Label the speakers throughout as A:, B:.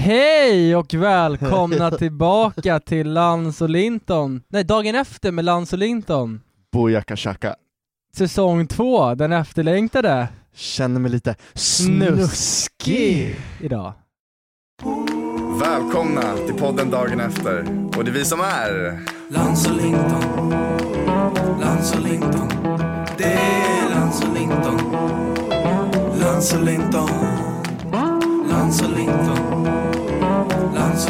A: Hej och välkomna tillbaka till Lans och Linton. Nej, dagen efter med Lans och Linton.
B: Booyaka shaka.
A: Säsong två, den efterlängtade.
B: Känner mig lite
A: Snuskig.
B: snuskig.
A: Idag.
C: Välkomna till podden dagen efter. Och det är vi som är...
D: Lans och Linton. Lans och Linton. Det är Lans och Linton. Lans och Linton. Lans och Linton. Lans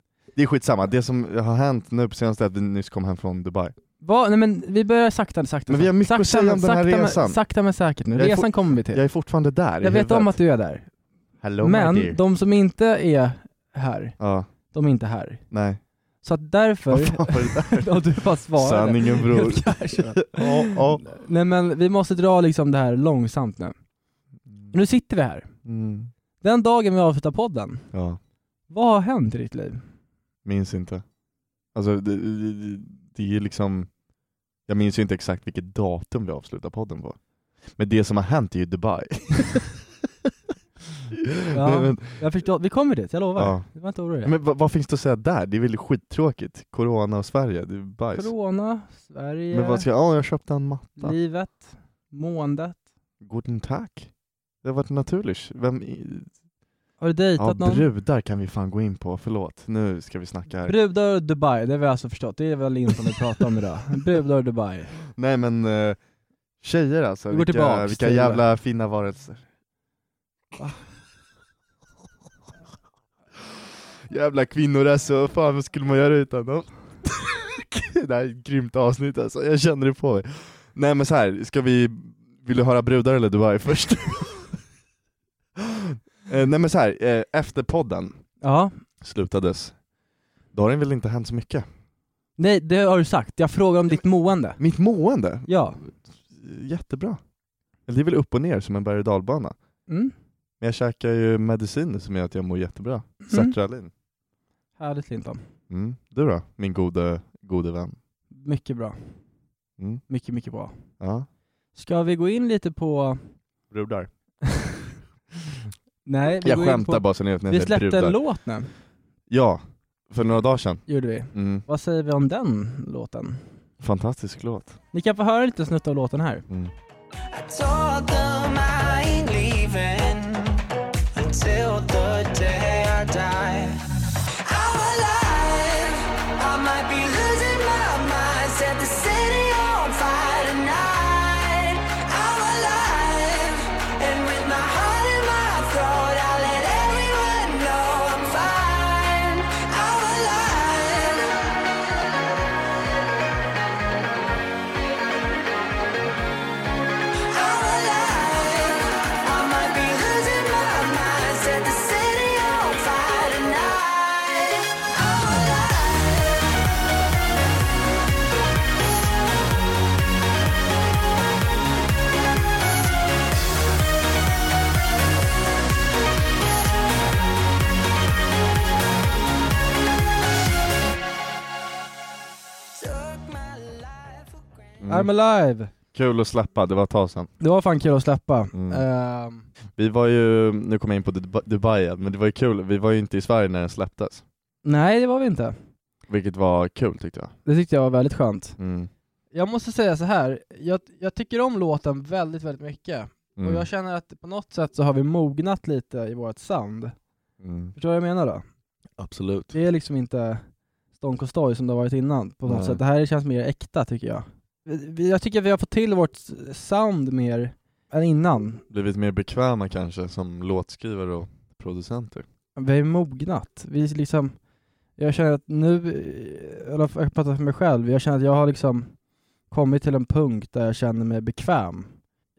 B: Det är skitsamma, det som har hänt nu på senaste är att vi nyss kom hem från Dubai.
A: Vad- nej men vi börjar sakta, sakta.
B: Men vi har mycket
A: sakta,
B: att säga om
A: men-
B: den här
A: sakta, men-
B: resan.
A: Sakta men säkert nu.
B: Jag är fo-
A: Resan kommer vi till.
B: Jag är fortfarande där i
A: Jag vet
B: huvudet.
A: om att du är där.
B: Hello, my dear.
A: men de som inte är här,
B: Ja,
A: de är inte här.
B: nej.
A: Så att därför...
B: Vad fan var det
A: Ja,
B: där?
A: du bara svarade.
B: Sanningen bror. Ja, ja.
A: Nej men vi måste dra liksom det här långsamt nu. Nu sitter vi här.
B: Mm.
A: Den dagen vi avslutar podden,
B: Ja,
A: vad har hänt i ditt liv?
B: minns inte. Alltså det, det, det är liksom, jag minns ju inte exakt vilket datum vi avslutar podden på. Men det som har hänt är ju Dubai.
A: Ja.
B: Nej, men,
A: Jag förstår, vi kommer dit, jag lovar.
B: Ja.
A: Du var inte orolig.
B: men vad, vad finns det att säga där? Det är väl skittråkigt? Corona och Sverige, det är bajs.
A: Corona, Sverige,
B: Men vad ska, ja jag köpte en matta.
A: livet, måendet.
B: Guten tack. Det har varit naturligt. Vem i,
A: Har du dejtat
B: ja,
A: någon?
B: brudar kan vi fan gå in på, förlåt. Nu ska vi snacka här.
A: Brudar och Dubai, det har vi alltså förstått. Det är väl Linton vi pratar om idag. Brudar och Dubai.
B: Nej men eh, tjejer alltså,
A: Vi går
B: vilka,
A: tillbaks
B: vilka
A: till-
B: jävla fina varelser. jävla kvinnor alltså, fan vad skulle man göra utan dem? det här är ett grymt avsnitt alltså, jag känner det på mig. Nej men så här, ska vi, vill du höra brudar eller Dubai först? eh, nej men så här, eh, efter podden
A: Ja.
B: slutades, då har det väl inte hänt så mycket.
A: Nej, det har du sagt. Jag frågar om ditt mående.
B: Mitt mående,
A: Ja.
B: jättebra. Eller Det är väl upp och ner som en berg och dalbana.
A: Mm.
B: Men jag käkar ju mediciner som gör att jag mår jättebra.
A: Mm.
B: Sertralin.
A: Härligt Linton.
B: Mm. Du då, min gode, gode vän?
A: Mycket bra.
B: Mm.
A: Mycket, mycket bra.
B: Ja.
A: Ska vi gå in lite på...
B: Brudar.
A: Nej, vi
B: Jag
A: går in
B: skämtar
A: på...
B: bara så ni vet när
A: Vi
B: jag säger
A: släppte
B: brudar.
A: en låt nu,
B: Ja, för några dagar sedan.
A: gjorde vi.
B: Mm.
A: Vad säger vi om den låten?
B: Fantastisk låt.
A: Ni kan få höra lite snutt av låten här.
B: Mm.
D: I told them I ain't leaving until the day I die. I'm alive. I might be losing my mind. Set the city on fire tonight. I'm alive. And with my heart in my throat, I let everyone know I'm fine. I'm alive. I'm alive. I might be losing my mind. Set the city on fire tonight. I'm alive. Took my life for granted.
B: Mm.
A: I'm alive!
B: Kul att släppa, det var ett tag sedan.
A: Det var fan kul att släppa.
B: Mm.
A: Ehm,
B: Vi var ju, nu kommer jag in på Dub- Dubai igen, men det var ju kul, vi var ju inte i Sverige när den släpptes.
A: nej, det var vi inte.
B: Vilket var kul tyckte jag.
A: Det tyckte jag var väldigt skönt.
B: Mm.
A: Jag måste säga så här. jag, jag tycker om låten väldigt, väldigt mycket.
B: Mm.
A: Och jag känner att på något sätt så har vi mognat lite i vårt sound.
B: Mm.
A: Förstår du vad jag menar då?
B: Absolut.
A: Det är liksom inte Stone Cold Story som det har varit innan på något
B: Nej.
A: sätt. Det här känns mer äkta tycker jag. vi- jag tycker vi har fått till vårt s- sound mer än innan.
B: Blivit mer bekväma kanske som låtskrivare och producenter.
A: Vi har ju mognat. Vi liksom, jag känner att nu, eh, eller jag pratar för mig själv, jag känner att jag har liksom kommit till en punkt där jag känner mig bekväm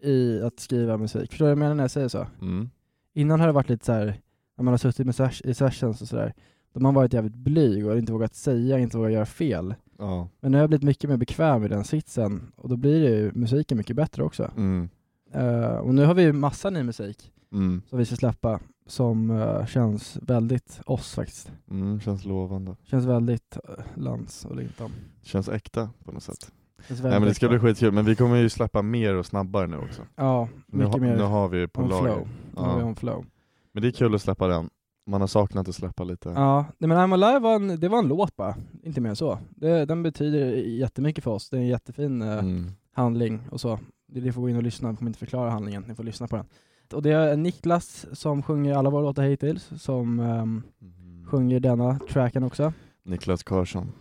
A: i att skriva musik. Förstår du vad jag menar när jag säger så?
B: Mm.
A: Innan har det varit lite så här när man har suttit med ses- i sessions och sådär, då har man varit jävligt blyg och inte vågat säga, inte vågat göra fel.
B: Ja.
A: Men nu har jag blivit mycket mer bekväm i den sitsen och då blir det ju musiken mycket bättre också.
B: Mm.
A: Eh, och nu har vi ju massa ny musik
B: Mm.
A: som vi ska släppa som eh, känns väldigt oss faktiskt.
B: Mm. Känns lovande.
A: Känns väldigt eh, Lans och Linton.
B: Känns äkta på något sätt.
A: Känns
B: Nej men det
A: väldigt-
B: ska bli skitkul, men vi kommer ju släppa mer och snabbare nu också.
A: Ja,
B: Nu,
A: mycket
B: ha,
A: mer
B: nu har vi på
A: on
B: lager.
A: flow.
B: Ja.
A: Ja. On flow.
B: Men det är kul att släppa den. Man har saknat att släppa lite.
A: Ja, nej, men I'm Alive var en, det var en låt bara, inte mer än så. Det, den betyder jättemycket för oss, det är en jättefin eh,
B: Mm.
A: handling och så. Det- Ni får gå in och lyssna, jag kommer inte förklara handlingen, ni får lyssna på den. Och det är Niklas som sjunger alla våra låtar hittills, som ehm,
B: Mm.
A: sjunger denna tracken också.
B: Niklas Karlsson.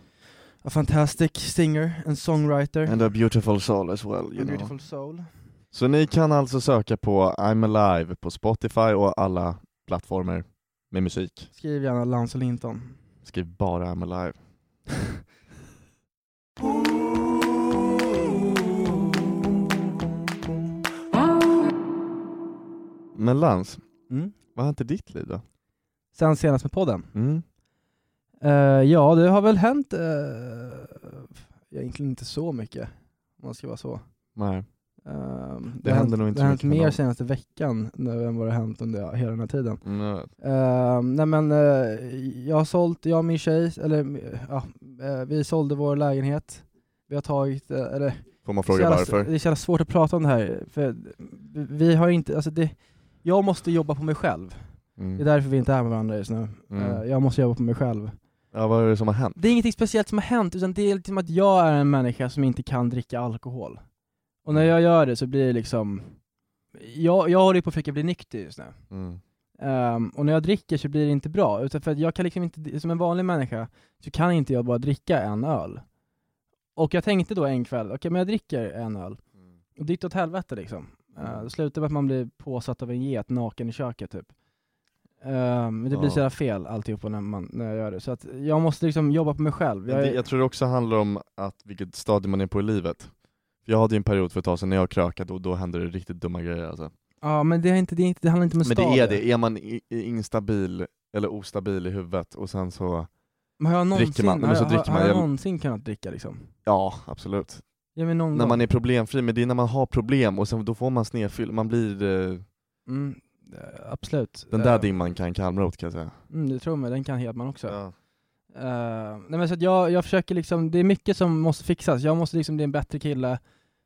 A: A fantastic singer and songwriter,
B: And a beautiful soul as well, you
A: a
B: know.
A: beautiful soul.
B: Så ni kan alltså söka på I'm Alive på Spotify och alla plattformar med musik.
A: Skriv gärna Lance och Linton.
B: Skriv bara I'm Alive. Men Lans,
A: Mm.
B: vad har hänt i ditt liv då?
A: Sen senast med podden.
B: Mm.
A: Eh, ja, det har väl hänt eh, egentligen inte så mycket, om man ska vara så.
B: Nej.
A: Ehm,
B: Det
A: har
B: händer
A: hänt-
B: nog inte
A: Det har
B: så
A: hänt
B: mycket med
A: mer
B: dem.
A: senaste veckan nu än vad det har hänt under hela den här tiden.
B: Mm, jag vet.
A: Ehm, nej men eh, jag har sålt, jag och min tjej, eller ja, eh, vi sålde vår lägenhet. Vi har tagit, eh, eller
B: Får man
A: så
B: fråga
A: jävla-
B: varför?
A: Det är så jävla svårt att prata om det här, för vi har inte, alltså det, jag måste jobba på mig själv.
B: Mm.
A: Det är därför vi inte är med varandra just nu.
B: Mm.
A: Eh, jag måste jobba på mig själv.
B: Ja, vad är det som har hänt?
A: Det är ingenting speciellt som har hänt, utan det är liksom att jag är en människa som inte kan dricka alkohol. Och när jag gör det så blir det liksom, jag, jag håller ju på att försöka bli nykter just nu.
B: Mm.
A: Ehm, och när jag dricker så blir det inte bra, utan för att jag kan liksom inte, som en vanlig människa, så kan inte jag bara dricka en öl. Och jag tänkte då en kväll, okej men jag dricker en öl,
B: Mm.
A: och det gick åt helvete liksom. Uh, det slutar med att man blir påsatt av en get naken i köket typ. Ehm, men det blir
B: Ja.
A: så jävla fel alltihopa när, man, när jag gör det, så att jag måste liksom jobba på mig själv.
B: Men
A: Jag,
B: det,
A: är-
B: jag tror det också handlar om att vilket stadie man är på i livet. För jag hade ju en period för ett tag sedan när jag krökade och då hände det riktigt dumma grejer alltså.
A: Ja men det, är inte, det, är inte, det handlar inte om en
B: Men det är
A: stad.
B: det, är man i, i instabil eller ostabil i huvudet och sen så,
A: Men har jag någonsin,
B: Dricker man- nej, men
A: har,
B: så
A: jag-
B: dricker
A: har,
B: man
A: har jag
B: jävla-
A: någonsin kunnat dricka liksom?
B: ja absolut.
A: Ja men någon
B: När
A: gång.
B: man är problemfri, men det är när man har problem och sen då får man snedfyll, man blir, eh,
A: mm, eh, absolut.
B: den där
A: Ehm,
B: dimman kan kalmra åt kan jag säga.
A: Mm, det tror jag, den kan Hedman också. Eh, nej men så att jag, jag försöker liksom, det är mycket som måste fixas. Jag måste liksom bli en bättre kille,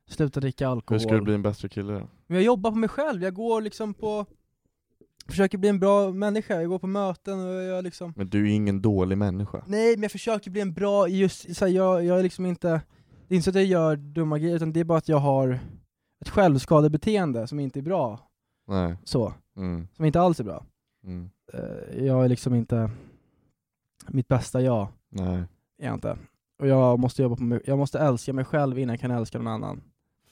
A: sluta dricka alkohol.
B: Hur ska du bli en bättre kille då?
A: Men jag jobbar på mig själv, jag går liksom på, försöker bli en bra människa, jag går på möten och jag liksom
B: Men du är ju ingen dålig människa.
A: Nej men jag försöker bli en bra, just så här, jag, jag är liksom inte, det är inte så att jag gör dumma grejer utan det är bara att jag har ett självskadebeteende som inte är bra,
B: Nej.
A: så,
B: Mm.
A: som inte alls är bra.
B: Mm.
A: Eh, jag är liksom inte mitt bästa jag.
B: Nej.
A: är jag inte. Och jag måste jobba på mig, jag måste älska mig själv innan jag kan älska någon annan.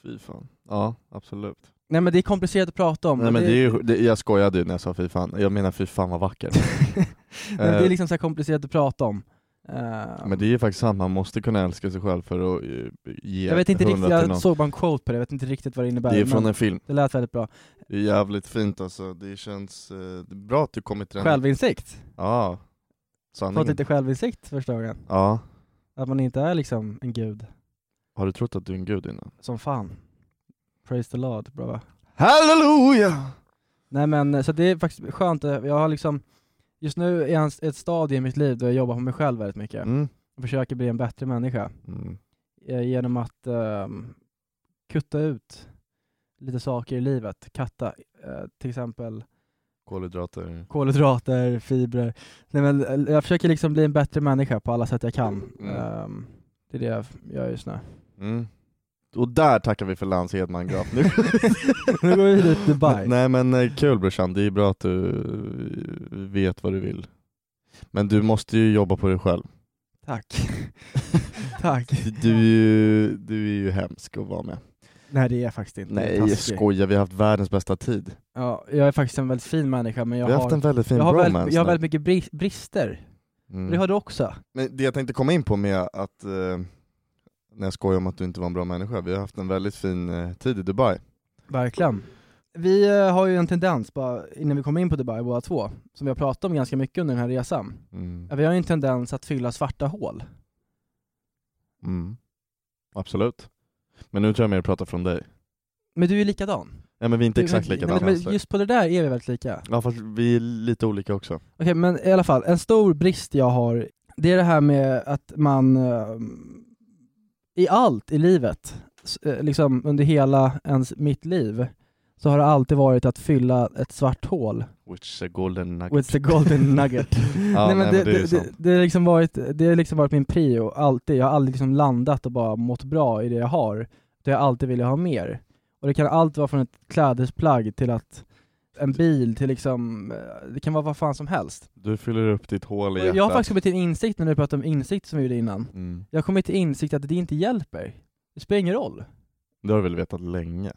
B: Fy fan. Ja, absolut.
A: Nej men det är komplicerat att prata om.
B: Nej
A: och
B: men det är ju, det, jag skojade ju när jag sa fy fan, jag menar fy fan vad vacker.
A: Nej, men det
B: Eh,
A: är liksom så här komplicerat att prata om. Eh,
B: Men det är ju faktiskt sant, man måste kunna älska sig själv för att eh, ge
A: jag vet inte
B: 100
A: riktigt,
B: till
A: jag
B: någon.
A: såg bara en quote på det, jag vet inte riktigt vad det innebär.
B: Det är från
A: men
B: en film,
A: det lät väldigt bra.
B: det är jävligt fint alltså, det känns eh, det är bra att du kommit till den
A: Självinsikt.
B: Ja, sanningen
A: Fått lite självinsikt första gången.
B: Ja,
A: Att man inte är liksom en gud
B: har du trott att du är en gud innan?
A: som fan. Praise the Lord, bra va?
B: Halleluja!
A: Nej men eh, så det är faktiskt skönt, eh, jag har liksom Just nu är jag i ett stadie i mitt liv där jag jobbar på mig själv väldigt mycket.
B: Mm.
A: Jag försöker bli en bättre människa.
B: Mm.
A: eh, genom att ehm, kutta ut lite saker i livet, katta, eh, till exempel
B: Kolhydrater
A: kolhydrater, fibrer. Nej, men, eh, jag försöker liksom bli en bättre människa på alla sätt jag kan.
B: Mm.
A: Ehm, det är det jag f- gör just nu.
B: mm. Och där tackar vi för Lans Hedman Graf nu
A: Nu går vi till Dubai.
B: Nej men eh, kul brorsan, det är bra att du eh, vet vad du vill. Men du måste ju jobba på dig själv.
A: Tack. Tack.
B: Du är ju, du är ju hemsk att vara med.
A: Nej det är jag faktiskt inte.
B: Nej,
A: jag är
B: jag
A: taskig.
B: skojar. Vi har haft världens bästa tid.
A: Ja, jag är faktiskt en väldigt fin människa men jag
B: vi har
A: har,
B: haft en väldigt fin
A: jag har,
B: bromance.
A: väldigt, jag har
B: nu.
A: väldigt mycket bri- brister.
B: Mm.
A: Det har du också.
B: Men det jag tänkte komma in på med att, eh, när jag skojar om att du inte var en bra människa, vi har haft en väldigt fin eh, tid i Dubai.
A: Verkligen. Vi eh, har ju en tendens, bara innan vi kommer in på Dubai båda två, som vi har pratat om ganska mycket under den här resan.
B: Mm.
A: Att Vi har ju en tendens att fylla svarta hål.
B: Mm. Absolut. Men nu tror jag mer att prata från dig.
A: Men du är ju likadan.
B: Ja men vi är inte
A: Du-
B: exakt
A: men-
B: likadana.
A: men,
B: alltså.
A: men Just på det där är vi väldigt lika.
B: Ja fast vi är lite olika också.
A: Okej, men i alla fall, en stor brist jag har, det är det här med att man eh, i allt i livet, s- eh, liksom under hela ens mitt liv, så har det alltid varit att fylla ett svart hål
B: Which is a golden nugget.
A: with the golden nugget.
B: Ja,
A: nej, men det,
B: är
A: det,
B: ju
A: det,
B: sant.
A: det, har liksom varit, det har liksom varit min prio, alltid. Jag har aldrig liksom landat och bara mått bra i det jag har. Det har jag alltid velat ha mer. Och det kan allt vara från ett klädesplagg till att en bil till liksom, eh, det kan vara vad fan som helst.
B: Du fyller upp ditt hål i hjärtat.
A: Jag har faktiskt kommit till en insikt när du pratade om insikt som vi gjorde innan.
B: mm.
A: Jag har kommit till insikt att det inte hjälper. Det spelar ingen roll.
B: Det har du väl vetat länge?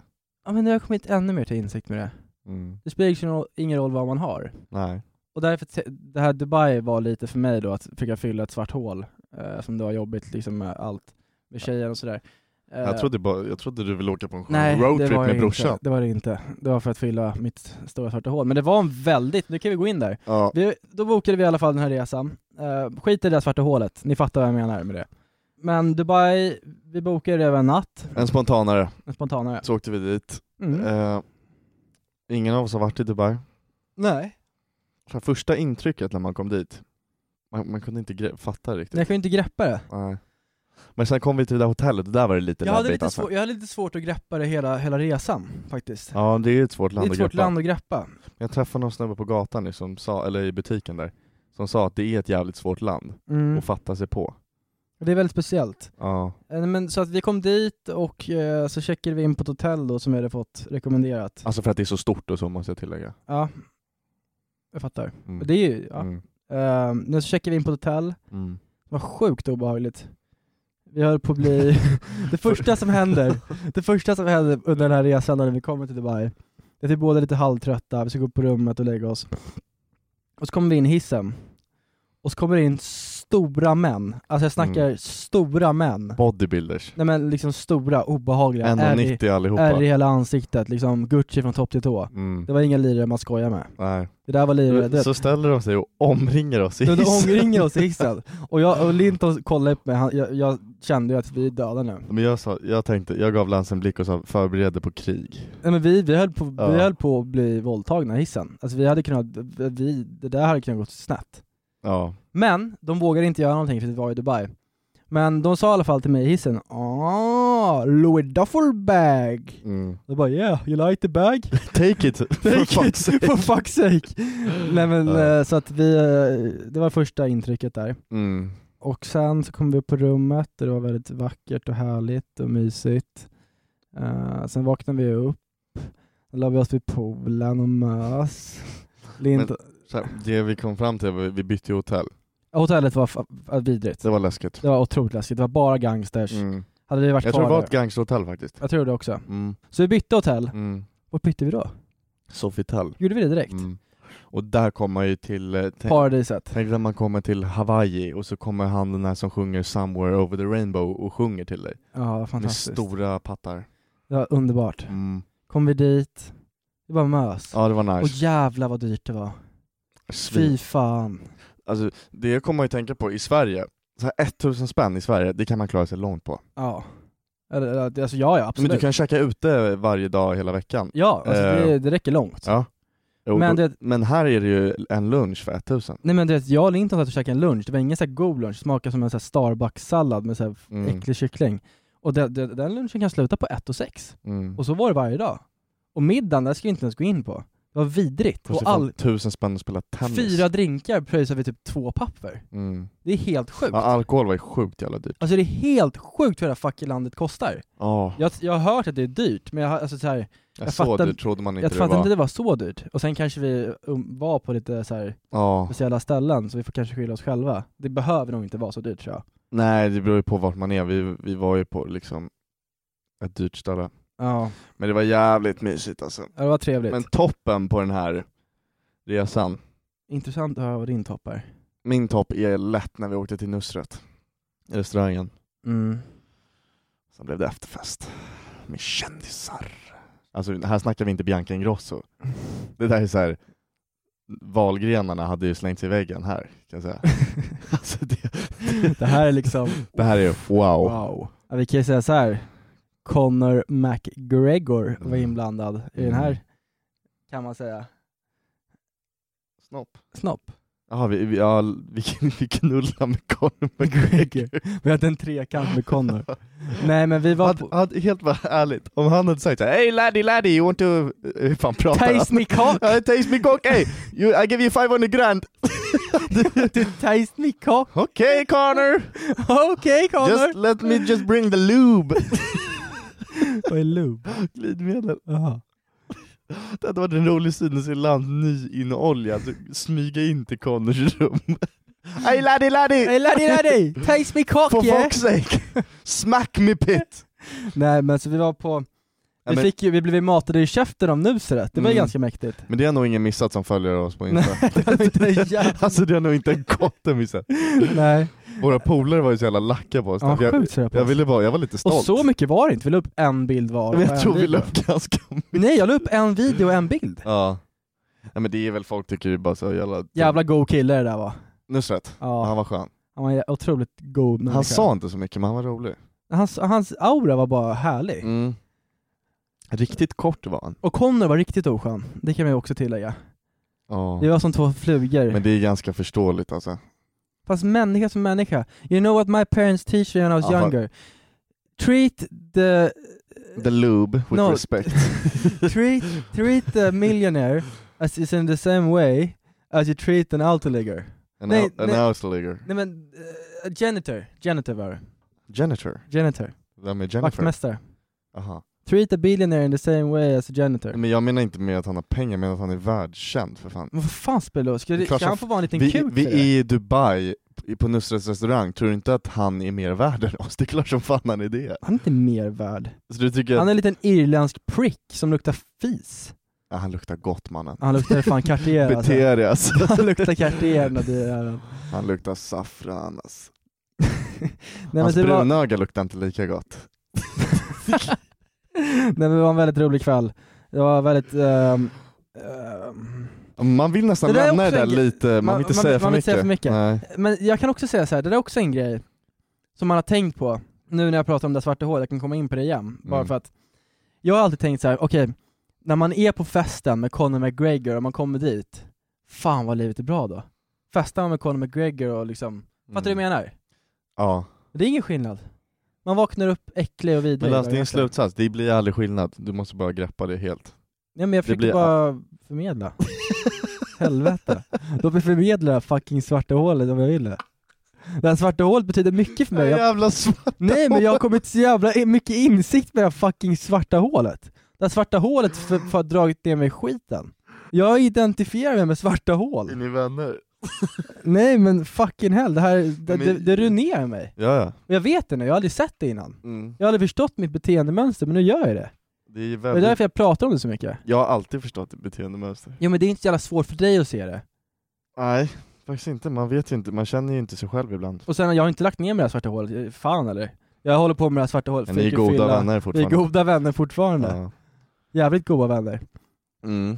A: Ja men jag har kommit ännu mer till insikt med det.
B: Mm.
A: Det spelar liksom ingen roll vad man har.
B: Nej.
A: Och därför, te- det här Dubai var lite för mig då att försöka fylla ett svart hål eh, som det var jobbigt liksom med allt, med tjejer och sådär. Eh,
B: Jag trodde, bara, jag trodde du ville åka på en
A: nej,
B: skön roadtrip
A: det var
B: med
A: det
B: brorsan.
A: Inte. Det var det inte. Det var för att fylla mitt stora svarta hål. Men det var en väldigt, nu kan vi gå in där.
B: Ja.
A: Vi, då bokade vi i alla fall den här resan. Eh, skit i det där svarta hålet, ni fattar vad jag menar med det. Men Dubai, vi bokade det över en natt,
B: En spontanare,
A: en spontanare.
B: så åkte vi dit.
A: Mm.
B: Eh, ingen av oss har varit i Dubai.
A: nej.
B: Så här, Första intrycket när man kom dit, man, man kunde inte gre- fatta riktigt.
A: Jag kunde inte greppa det.
B: Nej. Men sen kom vi till det där hotellet och där var det lite
A: Jag hade,
B: läbbigt,
A: lite
B: alltså.
A: svår, jag hade lite svårt att greppa det hela, hela resan faktiskt.
B: Ja det är ett svårt
A: det är
B: land
A: ett
B: att
A: svårt
B: greppa.
A: land att greppa.
B: Jag träffade någon snubbe på gatan nu som sa, eller i butiken där, som sa att det är ett jävligt svårt land
A: Mm.
B: att fatta sig på.
A: Det är väldigt speciellt.
B: Ja.
A: Eh, Men, så att vi kom dit och eh, så checkade vi in på ett hotell då som jag hade fått rekommenderat.
B: Alltså för att det är så stort och så måste jag tillägga.
A: Ja, jag fattar.
B: Mm.
A: Det är ju, ja.
B: Mm.
A: Eh, men så checkade vi in på ett hotell,
B: Mm.
A: det var sjukt obehagligt. Vi höll på att bli, det första som händer, det första som händer under den här resan när vi kommer till Dubai, det är att vi båda är lite halvtrötta, vi ska gå upp på rummet och lägga oss. Och så kommer vi in i hissen, och så kommer det in stora män, alltså jag snackar
B: Mm.
A: stora män.
B: Bodybuilders.
A: Nej men liksom stora, obehagliga, ärr i,
B: 1,90
A: ärr i
B: allihopa.
A: hela ansiktet, liksom Gucci från topp till tå.
B: Mm.
A: Det var inga lirare man skojade med.
B: Nej.
A: Det där var lirare, du vet.
B: Så ställer de sig och omringar oss i
A: De
B: hissen.
A: omringer oss i hissen. Och jag och Linton kollade på mig, han, jag, jag kände ju att vi är döda nu.
B: Men jag, sa, jag tänkte, jag gav Lance en blick och sa förbered dig på krig.
A: Nej men vi, vi, höll på,
B: Ja.
A: vi höll på att bli våldtagna i hissen. Alltså vi hade kunnat, vi, det där hade kunnat gått snett.
B: Ja.
A: Men, de vågade inte göra någonting för vi var i Dubai. Men de sa i alla fall till mig i hissen, ah, Louis Duffel bag. Jag bara yeah, you like the bag?
B: Take it! for
A: mm. Take
B: fuck's
A: it,
B: sake.
A: for fuck's sake! Nej men
B: Ja.
A: eh, så att vi, eh, det var första intrycket där.
B: Mm.
A: Och sen så kom vi upp på rummet och det var väldigt vackert och härligt och mysigt. Eh, sen vaknade vi upp, då la vi oss vid poolen och mös. Lint-
B: Så här, det vi kom fram till, var- vi bytte ju hotell.
A: Hotellet var fa- vidrigt.
B: Det var läskigt.
A: Det var otroligt läskigt, det var bara gangsters.
B: Mm.
A: Hade vi varit
B: Jag
A: kvar
B: tror det var
A: där-
B: ett gangsterhotell faktiskt.
A: Jag tror det också.
B: Mm.
A: Så vi bytte hotell.
B: Mm.
A: Vad bytte vi då?
B: Sofitel.
A: Gjorde vi det direkt?
B: Mm. Och där kommer man ju till... eh, tänk-
A: Paradiset.
B: Tänk när man kommer till Hawaii och så kommer han den här som sjunger 'Somewhere over the rainbow' och sjunger till dig.
A: Ja,
B: Med
A: fantastiskt.
B: stora pattar.
A: Det var underbart.
B: Mm.
A: Kom vi dit, det var mös.
B: Ja det var nice.
A: Och jävla vad dyrt det var.
B: Svin.
A: Fy fan.
B: Alltså, det kommer man ju tänka på i Sverige, så här 1000 spänn i Sverige, det kan man klara sig långt på.
A: Ja. Eller, eller, Alltså ja, ja absolut.
B: Men du kan käka ute varje dag hela veckan.
A: Ja, alltså det,
B: Eh.
A: det räcker långt.
B: Ja. Jo,
A: Men
B: men,
A: det-
B: men här är det ju en lunch för 1000.
A: Nej men du vet, jag och Linton satt och käkade en lunch, det var ingen så här god lunch, det smakade som en så här Starbucks-sallad med så här
B: Mm.
A: äcklig kyckling. Och det, det, den lunchen kan sluta på 1 och 6.
B: Mm.
A: Och så var det varje dag. Och middagen, där ska vi inte ens gå in på. Det var vidrigt.
B: Kostar
A: Och
B: all...
A: all,
B: 1000 spänn att spela tennis.
A: fyra drinkar pröjsade vi typ två papper.
B: Mm.
A: Det är helt sjukt.
B: Ja, alkohol var ju sjukt jävla dyrt.
A: Alltså det är helt sjukt hur det här fucking landet kostar.
B: Ja.
A: Jag, jag har hört att det är dyrt, men jag, har- alltså så här,
B: Jag
A: Jag
B: så
A: fattar-
B: det trodde man inte
A: jag
B: det
A: fattar
B: var.
A: inte det var så dyrt. Och sen kanske vi um, var på lite så här
B: Ja,
A: speciella ställen, så vi får kanske skylla oss själva. Det behöver nog inte vara så dyrt tror jag.
B: nej det beror ju på vart man är, vi, vi var ju på liksom ett dyrt ställe.
A: Ja,
B: Men det var jävligt mysigt alltså.
A: det var trevligt.
B: Men toppen på den här resan,
A: Intressant att höra vad din topp är.
B: min topp är lätt när vi åkte till Nusret, restaurangen.
A: Mm.
B: Sen blev det efterfest med kändisar. Alltså här snackar vi inte Bianca Ingrosso. Det där är så här. valgrenarna hade ju slängt sig i väggen här kan jag säga. alltså det,
A: Det här är liksom,
B: det här är wow.
A: wow. Ja, vi kan ju säga så här. Conor McGregor var
B: Mm.
A: inblandad i den här, kan man säga,
B: Snopp.
A: snopp.
B: Jaha, vi, vi, ja, vi, vi knullar med Conor McGregor.
A: Vi hade en trekant med Conor. Nej men vi var
B: Hade,
A: på...
B: hade, helt bara ärligt, om han hade sagt såhär Hey laddie laddie, you want to... eh, Hur fan pratar han?
A: Taste me cock!
B: Uh, taste me cock, hey! You, I give you 500 grand!
A: Du taste me cock!
B: Okej okay, Connor!
A: Okej Conor!
B: Just let me just bring the lube!
A: Vad är lube?
B: Glidmedel.
A: Jaha.
B: Det hade varit en rolig syn att se land nyinoljad smyga in till Connors rum. Hey laddie laddie!
A: Hey laddie laddie! Taste me cock
B: For
A: yeah!
B: fuck's sake! Smack me pit!
A: Nej men så vi var på,
B: Ja,
A: vi,
B: men-
A: fick ju, vi blev matade i käften av Nusret, det var ju
B: Mm.
A: ganska mäktigt.
B: Men det har nog ingen missat som följer oss på Insta.
A: det var inte en jävla-
B: Alltså det har nog inte gått en missat.
A: Nej.
B: Våra polare var ju så jävla lacka på oss.
A: Ja,
B: jag,
A: sjukt jag,
B: jag, ville bara, jag var lite stolt.
A: Och så mycket var det inte, vi la upp en bild var.
B: men
A: och en
B: jag tror vi
A: video.
B: la upp ganska mycket.
A: Nej jag la upp en video och en bild.
B: Ja. Nej men det är väl folk tycker ju bara så jävla...
A: Jävla go kille det där var.
B: Nusret,
A: Ja,
B: han var skön.
A: han var en jä- otroligt god människa.
B: Han sa inte så mycket men han var rolig.
A: Hans, hans aura var bara härlig.
B: Mm. Riktigt kort var han.
A: Och Connor var riktigt oskön, det kan vi också tillägga.
B: Ja.
A: Det var som två flugor.
B: Men det är ganska förståeligt alltså.
A: Fast människa som människa. You know what my parents teach me when I was
B: Ja, fan.
A: younger? Treat the...
B: The lube with
A: No.
B: respect.
A: treat, treat the millionaire as is in the same way as you treat an outligger.
B: An,
A: Nej,
B: out, an
A: nej.
B: outligger.
A: Nej men, eh, janitor. Janitor var det.
B: Janitor.
A: Janitor.
B: Vem är Jennifer?
A: Vaktmästare.
B: Aha.
A: Treat a billionaire in the same way as a janitor.
B: Men jag menar inte med att han har pengar, men att han är världskänd för fan.
A: Men vad fan spelar det? Ska,
B: Det är
A: det,
B: klart
A: ska
B: som
A: han få vara en liten
B: Vi,
A: kuk
B: vi
A: för det?
B: är i Dubai, i- på Nusrets restaurang, tror du inte att han är mer värd än oss? Det är klart som fan han är det.
A: Han är inte mer värd.
B: Så du tycker
A: Han är
B: att...
A: en liten irländsk prick som luktar fis.
B: Ja, han luktar gott mannen.
A: Han luktar fan Cartier alltså.
B: Bete dig alltså.
A: Han luktar Cartier när det är Nej
B: Han luktar saffran alltså.
A: men
B: Hans
A: det var,
B: brunöga luktar inte lika gott.
A: nej men det var en väldigt rolig kväll. Det var väldigt... ehm, ehm,
B: Man vill nästan
A: Det där är
B: lämna det
A: också
B: där
A: en gre-
B: lite, man,
A: man-
B: vill inte
A: man-
B: säga för
A: man vill
B: mycket.
A: inte säga för mycket.
B: Nej.
A: men jag kan också säga så här, det där är också en grej som man har tänkt på nu när jag pratar om det svarta hålet, jag kan komma in på det igen. Bara
B: Mm.
A: för att jag har alltid tänkt så här: okej, när man är på festen med Conor McGregor och man kommer dit, fan vad livet är bra då. Festar man med Conor McGregor och liksom, fattar du vad jag menar?
B: Mm. Ja.
A: Det är ingen skillnad. Man vaknar upp äcklig och vidrig.
B: Men alltså din
A: verkligen.
B: slutsats, det blir aldrig skillnad, du måste bara greppa det helt.
A: Nej men jag försöker
B: blir-
A: bara förmedla. Helvete. Låt mig förmedla fucking svarta hålet om jag vill det. Det här svarta hålet betyder mycket för mig. Jag,
B: Jävla svart!
A: nej men jag har kommit så jävla i- mycket insikt med det här fucking svarta hålet. Det här svarta hålet för, för har dragit ner mig i skiten. Jag identifierar mig med svarta
B: Är
A: hål.
B: ni vänner?
A: Nej men fucking hell, det här, det, det, det ruinerar mig.
B: Ja, ja.
A: Och jag vet det nu, jag har aldrig sett det innan.
B: Mm.
A: Jag har aldrig förstått mitt beteendemönster, men nu gör jag det.
B: Det är
A: Det är
B: väldigt...
A: därför jag pratar om det så mycket.
B: Jag har alltid förstått ditt beteendemönster.
A: Jo men det är inte så jävla svårt för dig att se det.
B: Nej, faktiskt inte. Man vet ju inte, man känner ju inte sig själv ibland.
A: Och sen, jag har inte lagt ner med det här svarta hålet, fan eller? Jag håller på med det här svarta hålet,
B: Men ni är
A: Fick ju
B: goda
A: fylla.
B: vänner
A: Vi är
B: fortfarande.
A: goda vänner fortfarande.
B: Ja.
A: Jävligt goda vänner.
B: Mm.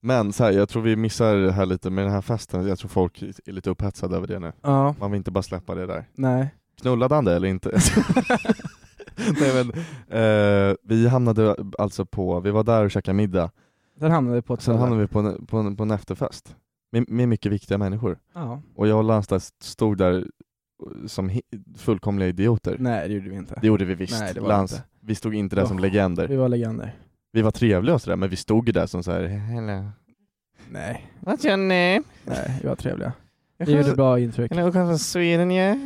B: Men så här, jag tror vi missar det här lite med den här festen, jag tror folk är lite upphetsade över det nu.
A: Ja,
B: Man vill inte bara släppa det där.
A: nej.
B: Knullade han det eller inte? Nej men, eh, vi hamnade alltså på, vi var där och käkade middag,
A: Där hamnade vi på ett
B: sen
A: ställe.
B: hamnade vi på en, på en, på en efterfest med, med mycket viktiga människor.
A: Ja.
B: Och jag och Landstad stod där eh, som hi- fullkomliga idioter.
A: Nej, det gjorde vi inte.
B: Det gjorde vi visst.
A: Nej, det var
B: Lans,
A: inte.
B: vi stod inte där som
A: Ja.
B: legender.
A: Vi var legender.
B: Vi var trevliga och sådär, men vi stod ju där som såhär Hello.
A: Nej.
B: What's your name?
A: Nej, vi var trevliga.
B: Jag
A: Vi gjorde bra intryck.
B: Hello, come from Sweden yeah?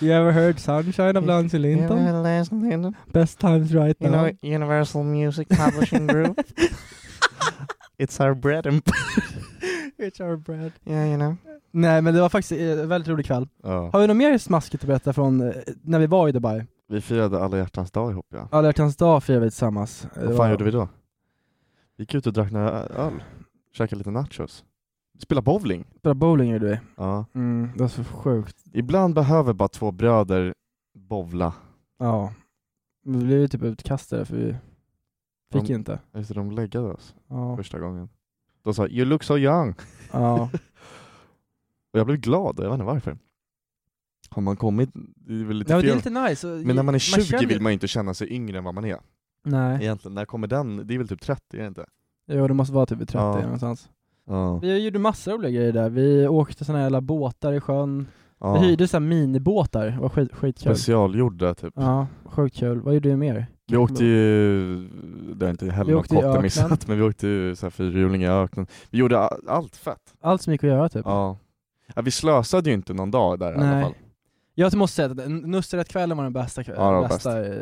A: You ever heard Sunshine of Lancy Linton? Best times right
B: You know,
A: now.
B: Universal Music Publishing Group. It's our bread and
A: It's our bread.
B: yeah, you know.
A: Nej, men det var faktiskt eh, en väldigt rolig kväll. Har vi något mer smaskigt att berätta från eh, när vi var i Dubai?
B: Vi firade alla hjärtans dag ihop ja.
A: Alla hjärtans dag firade vi tillsammans. Det
B: Vad
A: var-
B: fan gjorde vi då? Vi gick ut och drack några ö- öl, käkade lite nachos, spelade bowling.
A: Spela bowling gjorde vi.
B: Ja.
A: Mm, det var så sjukt.
B: Ibland behöver bara två bröder bowla.
A: Ja. Men Vi blev ju typ utkastade för vi fick
B: Ja.
A: inte.
B: Just det, de läggade oss
A: Ja.
B: första gången. De sa 'You look so young'
A: ja.
B: och jag blev glad, och jag vet inte varför. Har man kommit... Det är väl lite
A: ja men det är
B: fel.
A: lite nice. Och-
B: Men när man är 20
A: känner-
B: vill man ju inte känna sig yngre än vad man är.
A: Nej.
B: Egentligen, när kommer den? Det är väl typ 30, är det inte?
A: Jo, det måste vara typ vid 30
B: Ja.
A: någonstans.
B: Ja.
A: Vi gjorde massa roliga grejer där. Vi åkte såna här jävla båtar i sjön. Vi hyrde såna här minibåtar. Det var skit, skitkul.
B: Specialgjorda typ.
A: Ja, sjukt kul. Vad gjorde vi mer?
B: Vi åkte ju, det har inte
A: Vi
B: heller något
A: åkte i
B: kotte
A: öknen.
B: missat, men vi åkte ju så här fyrhjuling i öknen. Vi gjorde a- allt fett.
A: Allt som gick att göra typ.
B: Ja. ja. Vi slösade ju inte någon dag där i alla
A: Nej.
B: fall.
A: Jag måste säga att Nusret-kvällen var den bästa kvällen.
B: Ja, det var
A: bästa. eh,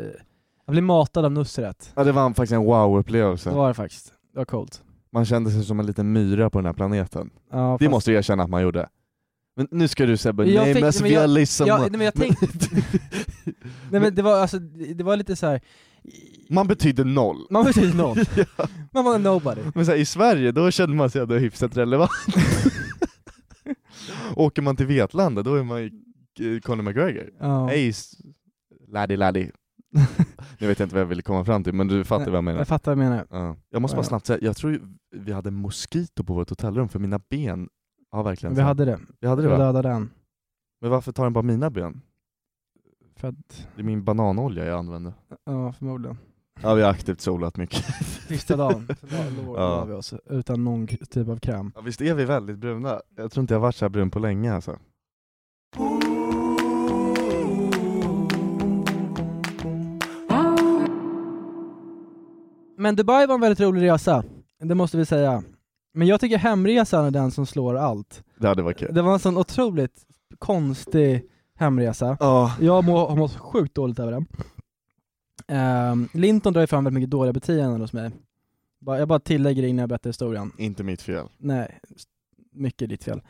A: Jag blev matad av Nusret.
B: Ja, det var faktiskt en wow-upplevelse.
A: Det var det faktiskt. Det var coolt.
B: Man kände sig som en liten myra på den här planeten.
A: Ja,
B: Det
A: fast-
B: måste jag erkänna att man gjorde. Men nu ska du Sebbe,
A: Jag
B: nej
A: tänkte-
B: men
A: men jag-
B: realism.
A: Ja, nej, men jag tänkte... nej men det var alltså, det var lite så här.
B: Man betydde noll.
A: Man var typ någon. Man var en nobody.
B: Men så här, i Sverige, då kände man sig ändå hyfsat relevant. Åker man till Vetlanda, då är man ju eh, Conor McGregor.
A: Ja.
B: Hej, s- laddy laddy. nu vet jag inte vad jag ville komma fram till, men du fattar
A: Nej,
B: vad jag menar.
A: Jag fattar vad du menar.
B: Ja. Jag måste bara snabbt säga, jag tror ju vi hade mosquito på vårt hotellrum för mina ben har verkligen...
A: Vi hade det.
B: vi hade
A: Vi
B: det va?
A: dödade den.
B: Men varför tar den bara mina ben?
A: För att,
B: Det är min bananolja jag använder.
A: ja förmodligen.
B: Ja, vi har aktivt solat mycket.
A: Sista dagen, så bara låg
B: Ja.
A: la vi oss utan någon k- typ av kräm.
B: Ja, visst är vi väldigt bruna? Jag tror inte jag har varit så här brun på länge alltså.
A: Men Dubai var en väldigt rolig resa, det måste vi säga. Men jag tycker hemresan är den som slår allt.
B: Det hade varit kul.
A: Det var en sån otroligt konstig hemresa.
B: Ja.
A: Jag må, har mått sjukt dåligt över den. Ehm, Linton drar ju fram väldigt mycket dåliga beteenden hos mig. Bara- Jag bara tillägger det innan jag berättar historien.
B: Inte mitt fel.
A: Nej, s- mycket ditt fel.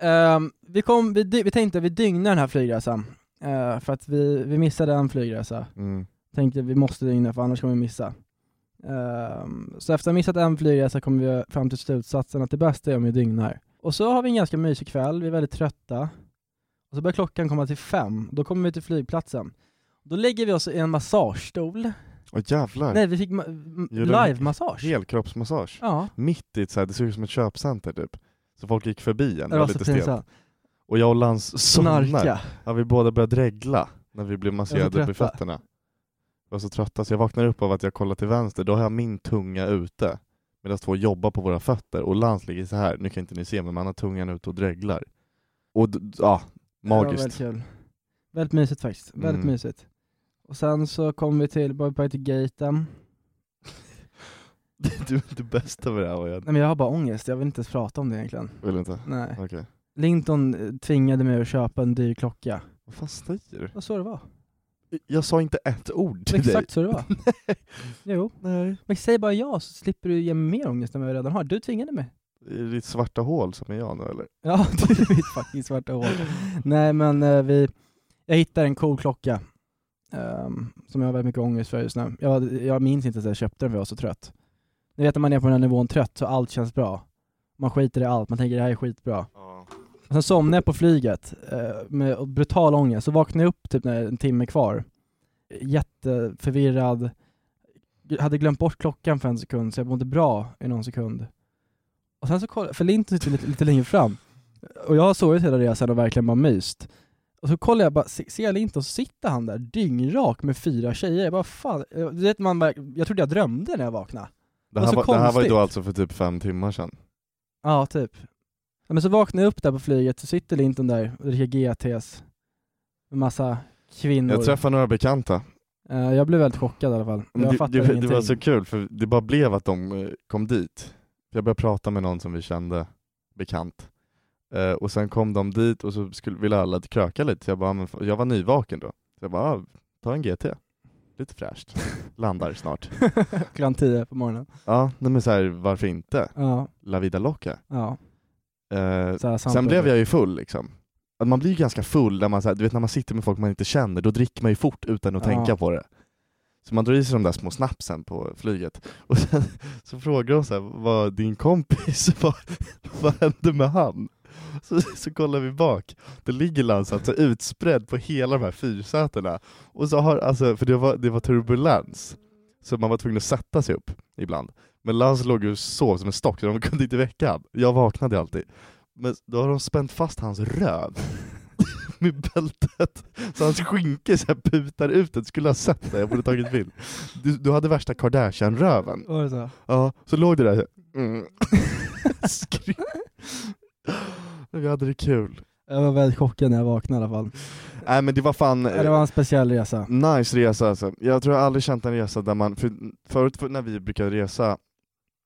A: Ehm, vi, kom, vi, dy- vi tänkte vi dygnar den här flygresan, eh, för att vi, vi missade en flygresa.
B: Mm.
A: Tänkte vi måste dygna för annars kommer vi missa. Ehm, så efter att ha missat en flygresa kom vi fram till slutsatsen att det bästa är om vi dygnar. Och så har vi en ganska mysig kväll, vi är väldigt trötta. Och så börjar klockan komma till fem, då kommer vi till flygplatsen. Då lägger vi oss i en massagestol.
B: Åh jävlar.
A: Nej, vi fick ma- m-
B: Gjorde de-
A: live-massage.
B: Helkroppsmassage.
A: Ja,
B: Mitt i ett så här, det såg ut som ett köpcenter typ. Så folk gick förbi en,
A: det var så
B: stelt.
A: pinsamt.
B: Och jag och Lans somnade.
A: Snarka.
B: Ja, vi båda började dregla när vi blev masserade upp
A: trötta.
B: i fötterna. Jag var så trötta så jag vaknar upp av att jag kollar till vänster, då har jag min tunga ute. Medan två jobbar på våra fötter och Lans ligger så här. nu kan inte ni se men man har tungan ute och dreglar. Och d- ja,
A: Det var
B: magiskt.
A: väldigt kul. Väldigt mysigt faktiskt. Väldigt
B: Mm.
A: mysigt. Och sen så kom vi till, var vi på väg till gaten.
B: du är inte bäst över det här och jag
A: Nej men jag har bara ångest, jag vill inte ens prata om det egentligen.
B: vill inte.
A: Nej.
B: Okej.
A: Linton eh, tvingade mig att köpa en dyr klocka.
B: Vad fan säger du?
A: Det var så det var.
B: Jag sa inte ett ord till dig.
A: Exakt så det var. jo.
B: Nej.
A: Men säg bara ja så slipper du ge mig mer ångest än vad jag redan har. Du tvingade mig.
B: I ditt svarta hål som är jag nu eller?
A: Ja, det är mitt fucking svarta hål. Nej men eh, vi, jag hittade en cool klocka ehm, som jag har väldigt mycket ångest för just nu. Jag, jag minns inte att jag köpte den för jag var så trött. Ni vet när man är på den här nivån trött så allt känns bra. Man skiter i allt, man tänker det här är skitbra. Och sen somnade jag på flyget eh, med brutal ångest, så vaknade jag upp typ när det är en timme kvar. Jätteförvirrad, Jag hade glömt bort klockan för en sekund så jag mådde bra i någon sekund. Och sen så kollade, för Linton sitter lite, lite längre fram, och jag har sovit hela resan och verkligen bara myst. Och så kollar jag bara, se- ser jag inte och så sitter han där dyngrak med fyra tjejer. Jag bara fan, eh, du vet man bara, jag trodde jag drömde när jag vaknade.
B: Det
A: Vad
B: här,
A: så
B: var, det här var ju då
A: konstigt.
B: alltså för typ fem timmar sedan.
A: Ja, typ. Ja, men så vaknar jag upp där på flyget, så sitter Linton där och dricker GTs med massa kvinnor.
B: Jag träffade några bekanta.
A: Eh, jag blev väldigt chockad i alla fall.
B: Men
A: Jag
B: det,
A: fattade
B: det, det
A: ingenting.
B: var så kul för det bara blev att de eh, kom dit. Jag började prata med någon som vi kände bekant. Eh, och sen kom de dit och så skulle, ville alla kröka lite. Så Jag, bara, men, f- jag var nyvaken då. Så jag bara, ah, ta en GT. Lite fräscht. Landar snart.
A: Klockan tio på morgonen.
B: Ja, nej, men så här, varför inte?
A: Ja,
B: La vida loca.
A: ja.
B: Eh,
A: Så här,
B: sen
A: samtidigt.
B: blev jag ju full liksom. Att Man blir ju ganska full när man, så här, du vet, när man sitter med folk man inte känner, då dricker man ju fort utan att
A: Ja.
B: tänka på det. Så man drar i sig de där små snapsen på flyget. Och sen så frågar de så här, vad din kompis, vad, vad hände med han? Så, så kollar vi bak, då ligger Lans alltså utspridd på hela de här fyrsätena. Och så har, alltså, för det var, det var turbulens, så man var tvungen att sätta sig upp ibland. Men Lans låg ju och sov som en stock, så de kunde inte väcka han. Jag vaknade alltid. Men då har de spänt fast hans röv med bältet, så hans skynke så här putar ut. Det skulle jag ha sett det, jag borde tagit bild. Du, du hade värsta Kardashian-röven.
A: Var det så?
B: Ja, så låg du där mm. Skri- Vi hade det kul.
A: Jag var väldigt chockad när jag vaknade i alla fall.
B: Eh. Nej men det var fan
A: Ja, Det var en speciell resa.
B: nice resa alltså. Jag tror jag aldrig känt en resa där man, för, förut för, när vi brukade resa,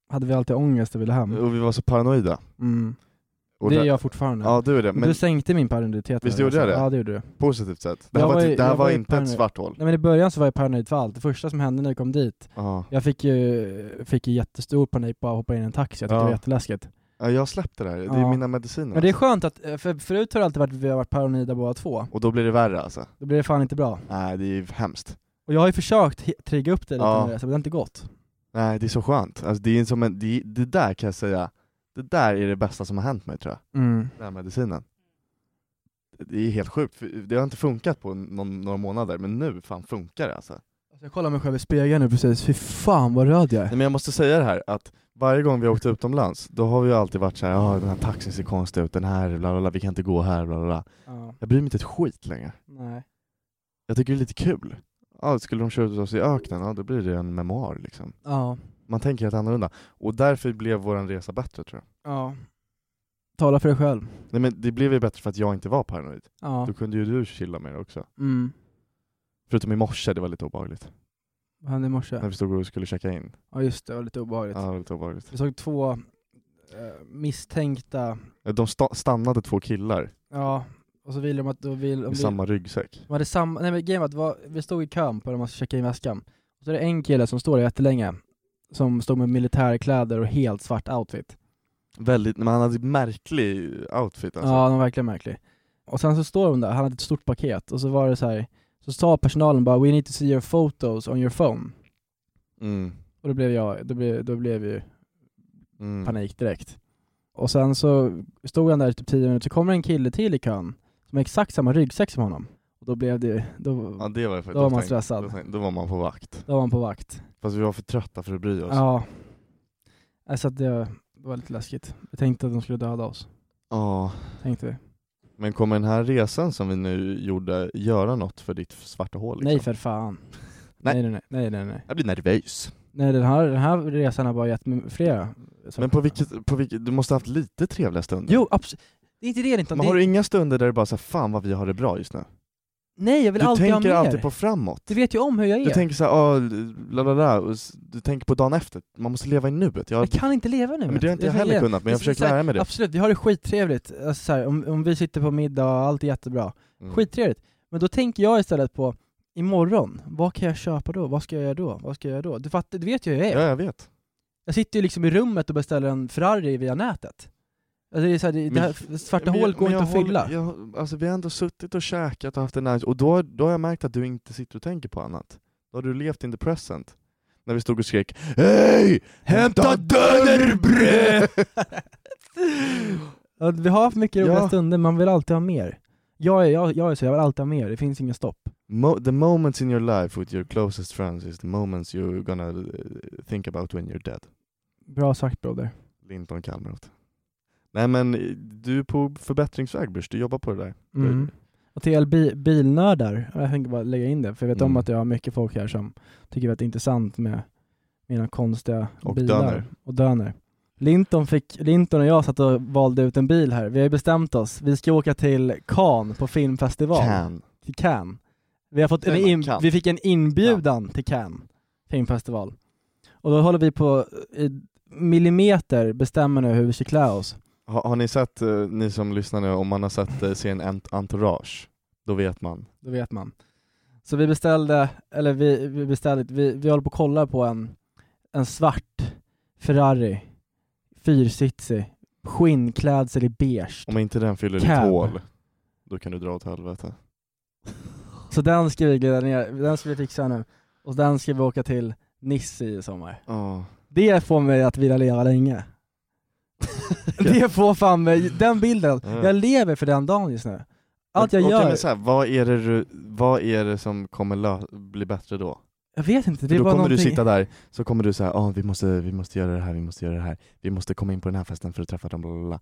A: Hade vi alltid ångest och ville hem?
B: och vi var så paranoida.
A: Mm.
B: Och
A: Det
B: där-
A: gör jag fortfarande.
B: Ja du är det,
A: men...
B: men
A: Du sänkte min paranoiditet.
B: Visst
A: med
B: gjorde jag
A: resan.
B: det?
A: Ja, det gjorde du.
B: positivt sett. Det här
A: Jag
B: var,
A: var ju-
B: typ- det här
A: jag
B: var
A: var ju
B: inte ett
A: paranoid.
B: svart hål.
A: Nej men i början så var jag paranoid för allt. Det första som hände när jag kom dit,
B: Ja.
A: jag fick ju, fick ju jättestor panik bara att hoppa in i en taxi, jag tyckte
B: Ja.
A: det var jätteläskigt.
B: Ja, jag har släppt det där, det är
A: Ja.
B: mina mediciner.
A: Men det är skönt att, eh, för förut har det alltid varit vi har varit paranoida båda två.
B: Och då blir det värre alltså?
A: Då blir det fan inte bra.
B: Nej, det är ju hemskt.
A: Och jag har ju försökt he- trigga upp det lite
B: Ja.
A: ja. men det har inte gått.
B: Nej, det är så skönt. Alltså, det, är som en, det, det där kan jag säga, det där är det bästa som har hänt mig tror jag.
A: Mm.
B: Den här medicinen. Det är helt sjukt, för det har inte funkat på någon, några månader, men nu fan funkar det alltså.
A: Alltså jag kollar mig själv i spegeln nu precis, fy fan vad röd jag är.
B: Nej, men jag måste säga det här, att varje gång vi har åkt utomlands, då har vi ju alltid varit så här, ja den här taxin ser konstig ut, den här, bla, bla, bla, vi kan inte gå här, bla, bla, bla.
A: Ja,
B: Jag bryr mig inte ett skit längre.
A: nej.
B: Jag tycker det är lite kul. Ja, skulle de köra ut oss i öknen, ja då blir det en memoar liksom.
A: Ja.
B: Man tänker helt annorlunda. Och därför blev våran resa bättre tror jag.
A: Ja. Tala för dig själv.
B: Nej men det blev ju bättre för att jag inte var paranoid.
A: Ja.
B: Då kunde ju du chilla med det också.
A: Mm.
B: Förutom i morse, det var lite obehagligt.
A: Vad hände i morse?
B: När vi stod och skulle checka in.
A: Ja just det, det var lite obehagligt.
B: Ja, det var lite obehagligt.
A: Vi såg två eh, misstänkta,
B: Eh, De sta- stannade två killar
A: ja, och så ville de att, då vill, om
B: i
A: vi,
B: samma ryggsäck.
A: de hade samma, nej men grejen var att det var, vi stod i kön på när man ska checka in väskan, och så är det en kille som står där jättelänge, som stod med militärkläder och helt svart outfit.
B: Väldigt, men han hade märklig outfit alltså.
A: Ja, den var verkligen märklig. Och sen så står de där, han hade ett stort paket, och så var det så här, så sa personalen bara 'We need to see your photos on your phone'
B: Mm.
A: och då blev jag, då blev, då blev ju
B: Mm.
A: panik direkt. Och sen så stod han där i typ 10 minuter, så kommer en kille till i kön som har exakt samma ryggsäck som honom. Och då blev det, då,
B: Ja, det var jag faktiskt.
A: Då var man
B: tänkte-
A: stressad.
B: Då, tänkte- då var man på vakt.
A: då var han på vakt.
B: Fast vi var för trötta för att bry oss.
A: Ja. Nej, Så att det var lite läskigt. Jag tänkte att de skulle döda oss.
B: Ja.
A: Tänkte vi.
B: Men kommer den här resan som vi nu gjorde göra något för ditt svarta hål? Liksom?
A: Nej för fan.
B: Nej.
A: Nej nej nej. nej, nej, nej.
B: Jag blir nervös.
A: nej den, här, den här resan har bara gett mig flera saker.
B: Men på vilket, på vilket, du måste ha haft lite trevliga stunder?
A: Jo absolut. Det är inte det inte.
B: Men
A: det...
B: har du inga stunder där du bara säger fan vad vi har det bra just nu?
A: Nej jag vill
B: Du
A: alltid ha
B: tänker
A: mer.
B: alltid på framåt.
A: Du vet ju om hur jag är.
B: Du tänker såhär, ah, la la la, och s- du tänker på dagen efter. Man måste leva i nuet. Jag,
A: Jag kan inte leva nu.
B: men
A: vet
B: det har
A: du. är
B: inte jag
A: så
B: heller
A: jävla-
B: kunnat, men jag
A: Det är så-
B: försöker
A: så här,
B: lära mig det.
A: Absolut, vi har det skittrevligt. Alltså, så här, om, om vi sitter på middag och allt är jättebra.
B: Mm.
A: Skittrevligt. Men då tänker jag istället på imorgon, vad kan jag köpa då? Vad ska jag göra då? Vad ska jag göra då? Du, fattar, du vet ju hur jag är.
B: Ja, jag vet.
A: Jag sitter ju liksom i rummet och beställer en Ferrari via nätet. Alltså det, är så här, det, det här svarta hålet går inte att fylla.
B: Jag, alltså vi har ändå suttit och käkat och haft en nice, och då, då har jag märkt att du inte sitter och tänker på annat. Då har du levt in the present. När vi stod och skrek Hej! Hämta dönerbröd!
A: Ja, vi har haft mycket roliga
B: Ja.
A: stunder, man vill alltid ha mer. Jag är, jag, jag är så, jag vill alltid ha mer, det finns inga stopp.
B: Mo- the moments in your life with your closest friends is the moments you're gonna eh, think about when you're dead.
A: Bra sagt broder.
B: Linton Kalmroth. Nej men eh, du är på förbättringsväg Bruce, du jobbar på det där.
A: Mm. Och till bi- bilnördar, jag tänker bara lägga in det, för jag vet om
B: Mm.
A: att jag har mycket folk här som tycker att det är intressant med mina konstiga
B: Och
A: bilar.
B: döner.
A: Och döner. Linton, fick, Linton och jag satt och valde ut en bil här, vi har ju bestämt oss, vi ska åka till Cannes på filmfestival.
B: Can.
A: Till Cannes. Vi, har fått en
B: Säger man
A: in,
B: Cannes?
A: vi fick en inbjudan till Cannes filmfestival. Och då håller vi på, i millimeter bestämmer nu hur vi ska klä oss.
B: Har, har ni sett, eh, ni som lyssnar nu, om man har sett eh, serien Ent- Entourage, då vet man.
A: Då vet man. Så vi beställde, eller vi, vi beställde, vi, vi håller på att kolla på en, en svart Ferrari, fyrsitsig, skinnklädsel i beige.
B: Om inte den fyller ditt
A: Cab.
B: hål, då kan du dra åt helvete.
A: Så den ska vi glida ner, den ska vi fixa nu. Och den ska vi åka till Nice i sommar.
B: Ja.
A: Det får mig att vilja leva länge. Det får fan mig, den bilden,
B: Mm.
A: jag lever för den dagen just nu. Allt jag
B: Okej,
A: gör,
B: men så här, vad, är det, du- vad är det som kommer lö- bli bättre då?
A: jag vet inte, det
B: För
A: är
B: då
A: bara
B: kommer
A: någonting.
B: du sitta där, så kommer du säga ah vi, måste, vi måste göra det här, vi måste göra det här, vi måste komma in på den här festen för att träffa dem, bla, bla, bla.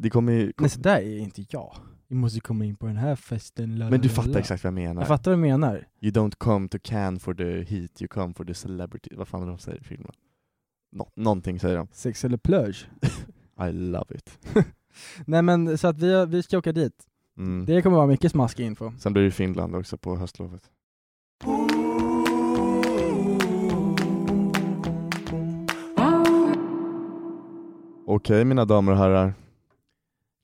B: Det kommer ju...
A: Nej så där är inte jag. Vi måste komma in på den här festen, la,
B: Men du
A: la, la,
B: fattar
A: la.
B: exakt vad jag menar.
A: Jag fattar vad du menar.
B: You don't come to Cannes for the heat, you come for the celebrity. Vad fan är det de säger i filmen? Nå- någonting säger de.
A: Sex eller plöj.
B: I love it.
A: Nej men så att vi, vi ska åka dit.
B: Mm.
A: Det kommer vara mycket smaskig info.
B: Sen blir det Finland också på höstlovet. Okej mina damer och herrar.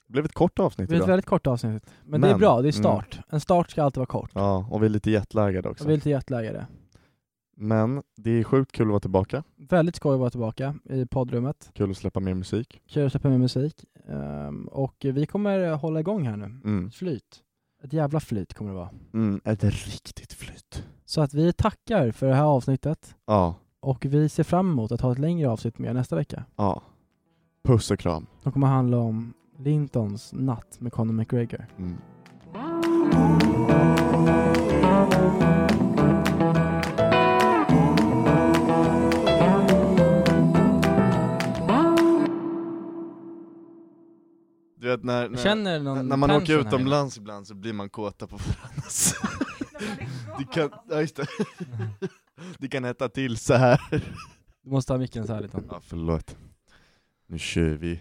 B: Det blev ett kort avsnitt
A: Det är ett
B: idag.
A: väldigt kort avsnitt. Men, det är
B: Men, mm.
A: bra, det är start. En start ska alltid vara kort.
B: Ja, och vi är lite jetlaggade också.
A: Jag blir lite jetlaggade.
B: Men det är sjukt kul att vara tillbaka.
A: Väldigt skoj att vara tillbaka i poddrummet.
B: Kul att släppa mer musik.
A: Kul att släppa med musik. Ehm, och vi kommer hålla igång här nu.
B: Mm.
A: Ett flyt. Ett jävla flyt kommer det vara.
B: Mm, ett riktigt flyt.
A: Så att vi tackar för det här avsnittet.
B: Ja,
A: Och vi ser fram emot att ha ett längre avsnitt med er nästa vecka.
B: ja. Puss och kram.
A: De kommer handla om Lintons natt med Conor McGregor.
B: Mm. Du vet när, när,
A: Jag känner någon
B: när man åker
A: tension här.
B: utomlands ibland så blir man kåta på varandras. det kan, ja, just det. det kan hetta till så här.
A: Du måste ha micken så här lite.
B: Ja, förlåt. Nu kör vi.